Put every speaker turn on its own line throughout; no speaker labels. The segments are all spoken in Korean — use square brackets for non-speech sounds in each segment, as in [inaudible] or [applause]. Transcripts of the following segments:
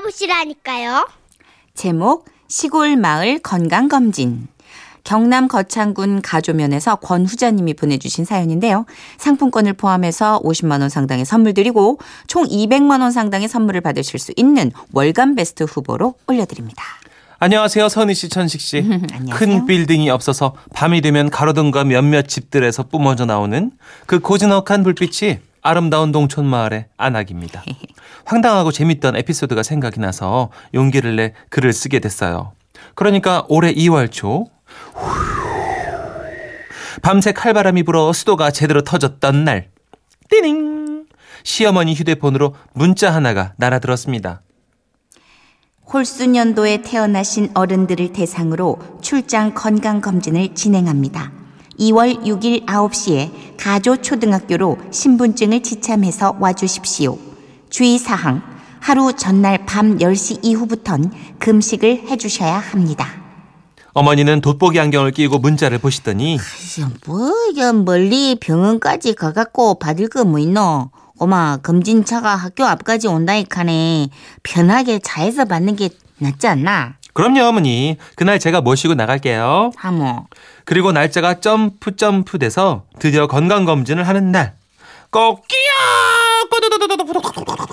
보시라니까요.
제목 시골 마을 건강 검진. 경남 거창군 가조면에서 권후자님이 보내주신 사연인데요. 상품권을 포함해서 50만 원 상당의 선물 드리고 총 200만 원 상당의 선물을 받으실 수 있는 월간 베스트 후보로 올려드립니다.
안녕하세요, 선희 씨, 천식 씨.
음, 안녕하세요.
큰 빌딩이 없어서 밤이 되면 가로등과 몇몇 집들에서 뿜어져 나오는 그 고즈넉한 불빛이 아름다운 동촌 마을의 안악입니다.
[laughs]
황당하고 재밌던 에피소드가 생각이 나서 용기를 내 글을 쓰게 됐어요. 그러니까 올해 2월 초 밤새 칼바람이 불어 수도가 제대로 터졌던 날 띠링 시어머니 휴대폰으로 문자 하나가 날아들었습니다.
홀수년도에 태어나신 어른들을 대상으로 출장 건강 검진을 진행합니다. 2월 6일 9시에 가조 초등학교로 신분증을 지참해서 와주십시오. 주의 사항: 하루 전날 밤 10시 이후부턴 금식을 해주셔야 합니다.
어머니는 돋보기 안경을 끼고 문자를 보시더니
뭐 이런 멀리 병원까지 가갖고 받을 거 뭐 있노? 엄마 검진차가 학교 앞까지 온다이카네 편하게 차에서 받는 게 낫지 않나?
그럼요 어머니 그날 제가 모시고 나갈게요
하모.
그리고 날짜가 점프 점프 돼서 드디어 건강검진을 하는 날 꼭끼요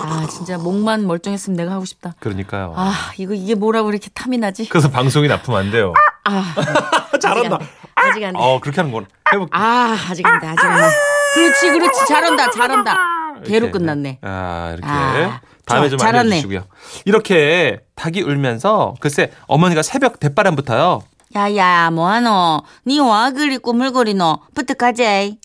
아 진짜 목만 멀쩡했으면 내가 하고 싶다.
그러니까요
아 이거 이게 뭐라고 이렇게 탐이 나지?
그래서 방송이 나쁘면 안 돼요
아
잘한다
아직 안 돼.
어 그렇게 하는 건 해볼게
아 아직 안 돼. 아직 안 돼. 그렇지 그렇지 잘한다 잘한다. 대로
이렇게.
끝났네.
아 이렇게
아,
다음에
좋아,
좀
잘하네.
알려주시고요 이렇게 닭이 울면서 글쎄 어머니가 새벽 대바람부터요
야야 뭐하노? 니와 그리 꾸물거리노? 부터 가제.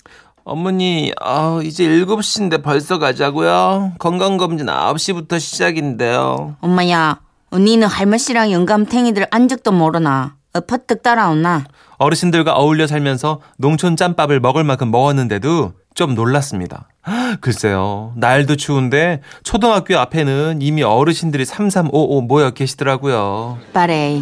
어머니, 아, 이제 7시인데 벌써 가자고요. 건강검진 9시부터 시작인데요.
엄마야, 언니는 할머니랑 영감탱이들 안적도 모르나? 어, 퍼뜩 따라오나?
어르신들과 어울려 살면서 농촌 짬밥을 먹을 만큼 먹었는데도 좀 놀랐습니다. 글쎄요. 날도 추운데 초등학교 앞에는 이미 어르신들이 3355 모여 계시더라고요.
이봐래,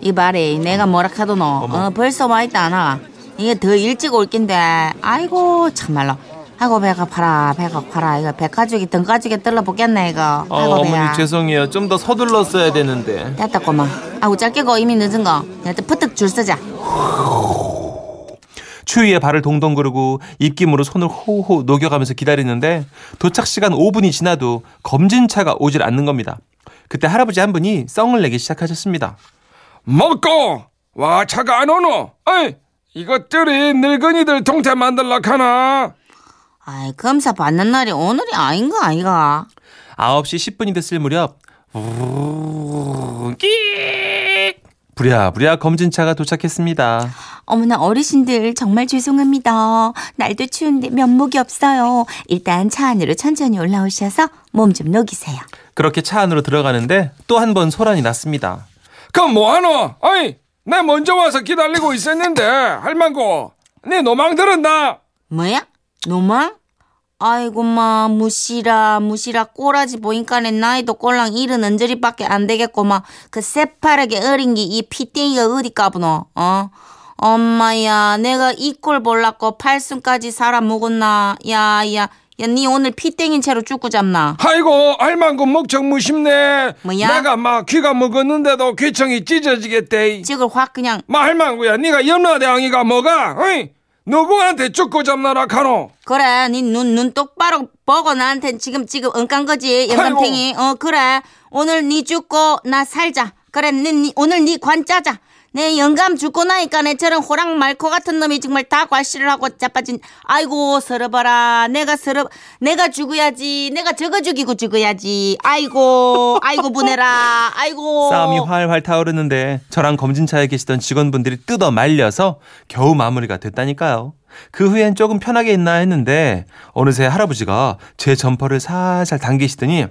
이봐래, 내가 뭐라 카도노? 어, 벌써 와 있다 나. 이게 더 일찍 올 낀데, 아이고 참말로. 아이고 배가 파라, 배가 파라. 이거 배 가죽이 등 가죽에 떨러 보겠네 이거.
어,
아이고
어머니
배야.
죄송해요. 좀 더 서둘렀어야 되는데.
됐다 꼬마. 아우 짧게 거 이미 늦은 거. 여태 퍼뜩 줄 서자.
추위에 발을 동동 구르고 입김으로 손을 호호 녹여가면서 기다리는데 도착 시간 5분이 지나도 검진차가 오질 않는 겁니다. 그때 할아버지 한 분이 썽을 내기 시작하셨습니다.
먹고 와 차가 안 오노? 에이 이것들이 늙은이들 동태 만들라 하나?
아이 검사 받는 날이 오늘이 아닌가 아이가
9시 10분이 됐을 무렵 끼익! 부랴부랴 검진차가 도착했습니다.
어머나 어르신들 정말 죄송합니다 날도 추운데 면목이 없어요 일단 차 안으로 천천히 올라오셔서 몸 좀 녹이세요
그렇게 차 안으로 들어가는데 또 한 번 소란이 났습니다.
그럼 뭐하노? 에이 나 먼저 와서 기다리고 있었는데 할망고 네 노망 들었나?
뭐야? 노망? 아이고마 무시라 무시라 꼬라지 보인까네 나이도 꼴랑 일은 언저리밖에 안 되겠고마 그 새파랗게 어린 게 이 피땡이가 어디 까부노 어? 엄마야 내가 이 꼴 볼라고 팔순까지 살아 먹었나 야야 야 니 오늘 피땡인 채로 죽고 잡나
아이고 할망고 목청 무심네
뭐야?
내가 막 귀가 먹었는데도 귀청이 찢어지겠대
찍을 확 그냥
마 할망구야 네가 염라대왕이가 뭐가? 에이 누구한테 죽고 잡나라 카노?
그래 니 눈 눈 똑바로 보고 나한테 지금 지금 엉깐 거지 영감탱이 어 그래 오늘 니 죽고 나 살자 그래 니, 니- 오늘 니 관 짜자 내 영감 죽고 나니까 내처럼 호랑 말코 같은 놈이 정말 다 과시를 하고 자빠진 아이고 서러봐라 내가 서러 내가 죽어야지 내가 저거 죽이고 죽어야지 아이고 아이고 보내라 아이고
싸움이 활활 타오르는데 저랑 검진차에 계시던 직원분들이 뜯어 말려서 겨우 마무리가 됐다니까요. 그 후엔 조금 편하게 있나 했는데 어느새 할아버지가 제 점퍼를 살살 당기시더니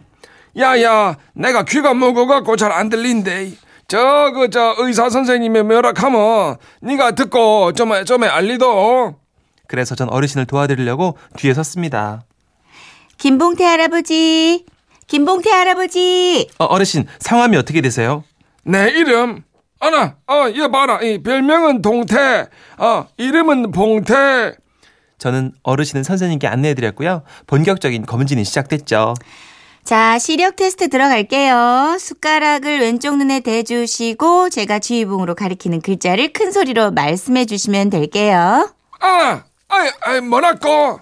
야야 내가 귀가 먹어갖고 잘 안 들린대 저그 저 의사 선생님의 묘락하면 네가 듣고 좀에 좀에 알리도
그래서 전 어르신을 도와드리려고 뒤에 섰습니다.
김봉태 할아버지 김봉태 할아버지
어, 어르신 상황이 어떻게 되세요?
내 이름 아나 어얘 봐라 이 별명은 동태 어 이름은 봉태
저는 어르신은 선생님께 안내해드렸고요. 본격적인 검진이 시작됐죠.
자, 시력 테스트 들어갈게요. 숟가락을 왼쪽 눈에 대주시고 제가 지휘봉으로 가리키는 글자를 큰 소리로 말씀해 주시면 될게요.
아, 아이, 아이, 뭐라고?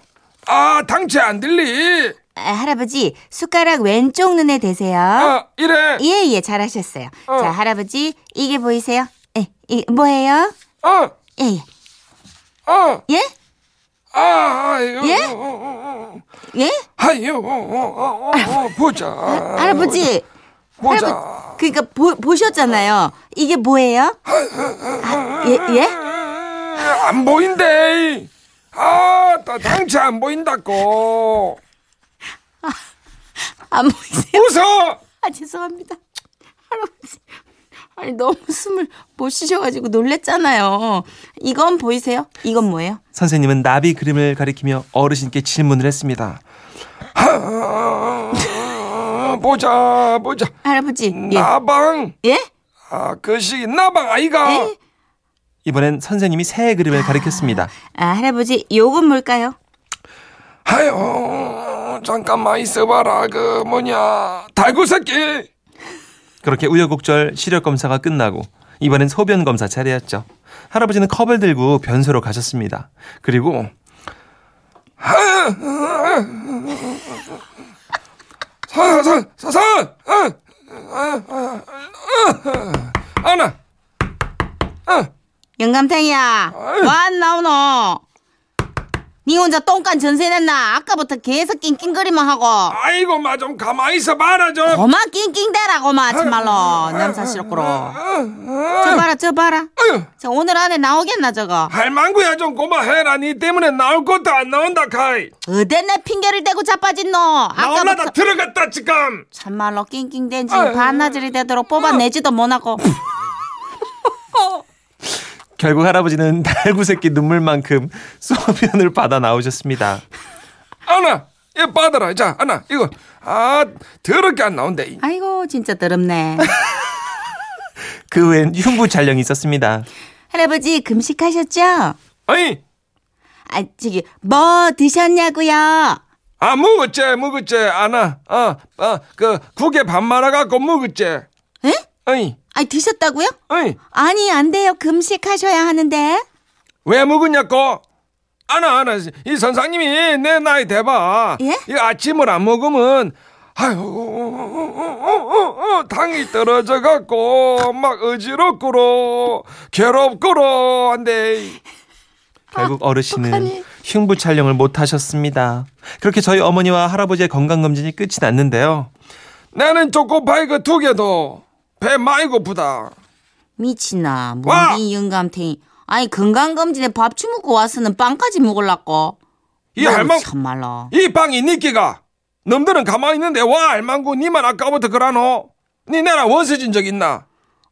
아, 당체 안 들리.
아, 할아버지, 숟가락 왼쪽 눈에 대세요.
아, 이래.
예, 예, 잘하셨어요.
어.
자, 할아버지, 이게 보이세요? 예, 이, 뭐예요?
아,
예, 예.
아,
예?
아, 아유.
예?
어, 어, 어.
예?
아유, 어, 어, 어, 어, 어, 보자.
할아버지,
보자.
할아버- 그러니까 보, 보셨잖아요. 이게 뭐예요? 아, 예, 예?
아, 안 보인대. 아, 나 당체 안 보인다고.
안 보이세요?
웃어.
아, 죄송합니다. 할아버지. 아니, 너무 숨을 못 쉬셔가지고 놀랬잖아요. 이건 보이세요? 이건 뭐예요?
선생님은 나비 그림을 가리키며 어르신께 질문을 했습니다.
아, 보자, 보자.
할아버지. 예.
나방.
예?
아, 그시 나방 아이가.
예?
이번엔 선생님이 새 그림을 가리켰습니다.
아, 할아버지, 요건 뭘까요?
아유, 잠깐만 있어봐라. 그 뭐냐, 달구 새끼.
그렇게 우여곡절 시력 검사가 끝나고 이번엔 소변 검사 차례였죠. 할아버지는 컵을 들고 변소로 가셨습니다. 그리고
사사사사. 사 아, 아, 아, 아, 하나.
영감탱이야, 왜안 나오노? 니 혼자 똥간 전세 냈나? 아까부터 계속 낑낑거리만 하고.
아이고 마 좀 가만히 있어봐라 좀.
고마 낑낑대라고 마 참말로 냄새 시럽고로 저 봐라 저 봐라
아유,
저 오늘 안에 나오겠나 저거
할망구야 좀 고마해라. 니 때문에 나올 것도 안 나온다 카이.
어디 내 핑계를 대고 자빠진 너
나올라다
아까부터
들어갔다 지금.
참말로 낑낑댄 지
아유. 음.
반나절이 되도록 뽑아내지도 못하고
결국 할아버지는 [laughs] 달구새끼 눈물만큼 소변을 받아 나오셨습니다.
하나. 얘 받아라. 자, 하나. 이거. 아, 더럽게 안 나온대.
아이고 진짜 더럽네
[laughs]
그 후엔 흉부 촬영이 있었습니다.
할아버지 금식하셨죠? 아
아니,
저기 뭐 드셨냐고요
아, 먹었제, 먹었제, 아나, 어, 어, 그, 국에 밥 말아갖고 먹었제.
에?
어이,
아니 드셨다고요?
어이,
아니 안 돼요 금식하셔야 하는데
왜 먹었냐고? 아나, 아나, 이 선상님이 내 나이 대봐.
예?
이 아침을 안 먹으면, 아유, 어, 어, 어, 당이 떨어져갖고, 막 어지럽고로, 괴롭고로, 한데.
결국 어르신은 흉부 촬영을 못 하셨습니다. 그렇게 저희 어머니와 할아버지의 건강검진이 끝이 났는데요.
나는 초코파이 그 두 개도, 배 많이 고프다.
미친나
와!
뭔디 영감탱이 뭐네 아니 건강검진에 밥 처먹고 와서는 빵까지 먹을라고
이
아유,
할망-
참말로
이 방이 니끼가 놈들은 가만히 있는데 와 알망구 니만 아까부터 그러노 니 나랑 원수진 적 있나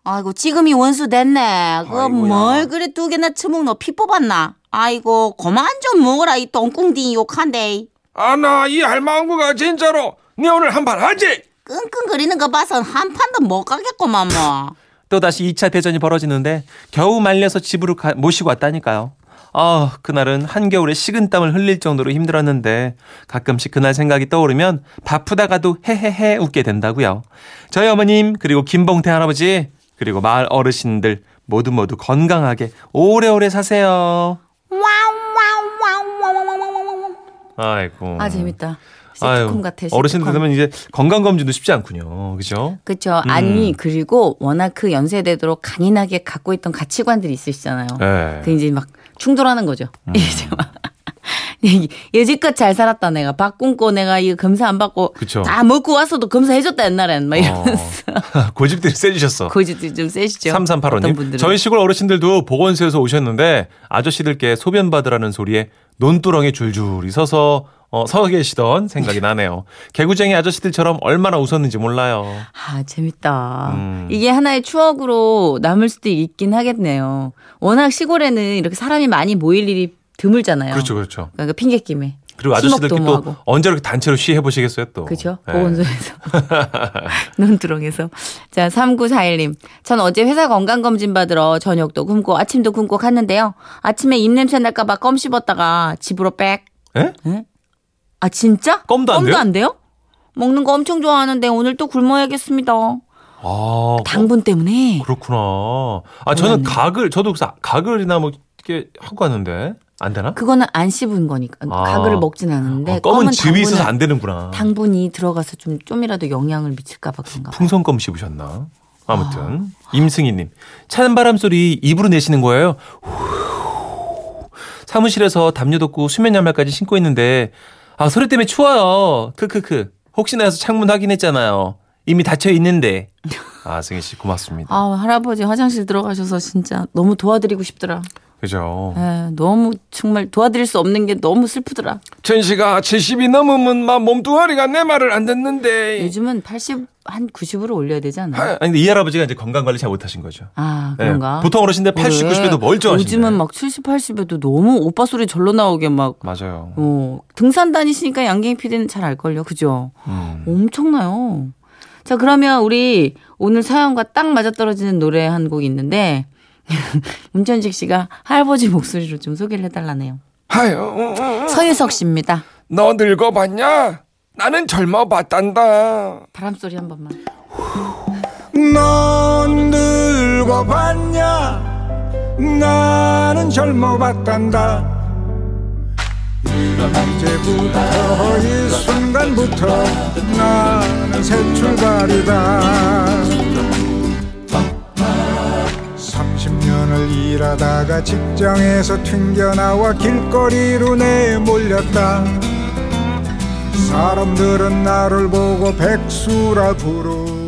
아이고 지금이 원수 됐네 그
아이고야.
뭘 그래 두 개나 처먹노 피 뽑았나 아이고 그만 좀 먹어라 이 똥꿍디 욕한데
아나 이 알망구가 진짜로 니 오늘 한판 하지
끙끙거리는 거 봐선 한 판도 못 가겠구만 뭐
또다시 2차 대전이 벌어지는데 겨우 말려서 집으로 가- 모시고 왔다니까요. 아, 그날은 한겨울에 식은땀을 흘릴 정도로 힘들었는데 가끔씩 그날 생각이 떠오르면 바쁘다가도 헤헤헤 웃게 된다고요. 저희 어머님 그리고 김봉태 할아버지 그리고 마을 어르신들 모두 모두 건강하게 오래오래 사세요. 아이고.
아 재밌다.
아유,
시트콤 같아. 시트콤.
어르신들 되면 음. 이제 건강 검진도 쉽지 않군요. 그죠?
그쵸. 아니 그리고 워낙 그 연세대도록 간인하게 갖고 있던 가치관들이 있으시잖아요.
네. 음.
그 이제 막 충돌하는 거죠. [laughs] 이제 막 예지껏 잘 살았다 내가 밥 굶고 내가 이거 검사 안 받고
그쵸.
다 먹고 와서도 검사해줬다 옛날엔 막
[laughs]
이러면서
어. 예. [laughs] 고집들이 세지셨어.
[laughs] 고집도 좀 세시죠. 어떤
3385님.
분들은.
저희 시골 어르신들도 보건소에서 오셨는데 아저씨들께 소변 받으라는 소리에 논두렁에 줄줄이 서서 어, 서
[laughs]
계시던 생각이 나네요. 개구쟁이 아저씨들처럼 얼마나 웃었는지 몰라요.
아, 재밌다.
음.
이게 하나의 추억으로 남을 수도 있긴 하겠네요. 워낙 시골에는 이렇게 사람이 많이 모일 일이 드물잖아요.
그렇죠.
그러니까 핑계 김에.
그리고 아저씨들끼리
수목도
또
하고.
언제 이렇게 단체로 시해 보시겠어요 또.
그죠?
예. [laughs]
보건소에서. 논두렁에서. 자, 3941님. 전 어제 회사 건강검진 받으러 저녁도 굶고 아침도 굶고 갔는데요. 아침에 입냄새 날까봐 껌 씹었다가 집으로 빽.
예?
아, 진짜?
껌도 안 돼요?
안 돼요?
먹는 거 엄청 좋아하는데 오늘 또 굶어야겠습니다.
뭐? 아,
당분 때문에.
그렇구나. 아, 저는 가글, 저도 그래서 가글이나 뭐 이렇게 하고 가는데 안 되나?
그거는 안 씹은 거니까
아.
가글을 먹진 않는데
아, 검은 즙이
당분은-
있어서 안 되는구나.
당분이 들어가서 좀 좀이라도 영향을 미칠까봐 그런가. 봐요.
풍선껌 씹으셨나? 아무튼 임승희님 찬 바람 소리 입으로 내시는 거예요. 후. 사무실에서 담요 덮고 수면 양말까지 신고 있는데 아 소리 때문에 추워요. 크크크. 혹시나 해서 창문 확인했잖아요. 이미 닫혀 있는데. 아 승희 씨 고맙습니다.
아 할아버지 화장실 들어가셔서 진짜 너무 도와드리고 싶더라.
그죠.
에, 너무 정말 도와드릴 수 없는 게 너무 슬프더라.
천씨가 70이 넘으면 막 몸뚱아리가 내 말을 안 듣는데.
요즘은 80 한 90으로 올려야 되지 않아요?
네. 아니 근데 이 할아버지가 이제 건강 관리 잘 못하신 거죠.
아
예,
그런가?
보통 어르신들 80,
왜?
90에도 멀쩡하신데.
요즘은 막 70, 80에도 너무 오빠 소리 절로 나오게 막
맞아요.
어, 등산 다니시니까 양갱이 피디는 잘 알걸요. 그죠?
음.
엄청나요. 자, 그러면 우리 오늘 사연과 딱 맞아떨어지는 노래 한 곡 있는데, [laughs] 문천식 씨가 할아버지 목소리로 좀 소개를 해달라네요.
하여, 어, 어, 어.
서유석 씨입니다.
너 늙어봤냐? 나는 젊어봤단다.
바람소리 한 번만.
넌 늙어봤냐 나는 젊어봤단다 이제부터 이 순간부터 나는 새 출발이다 30년을 일하다가 직장에서 튕겨나와 길거리로 내몰렸다 사람들은 나를 보고 백수라 부르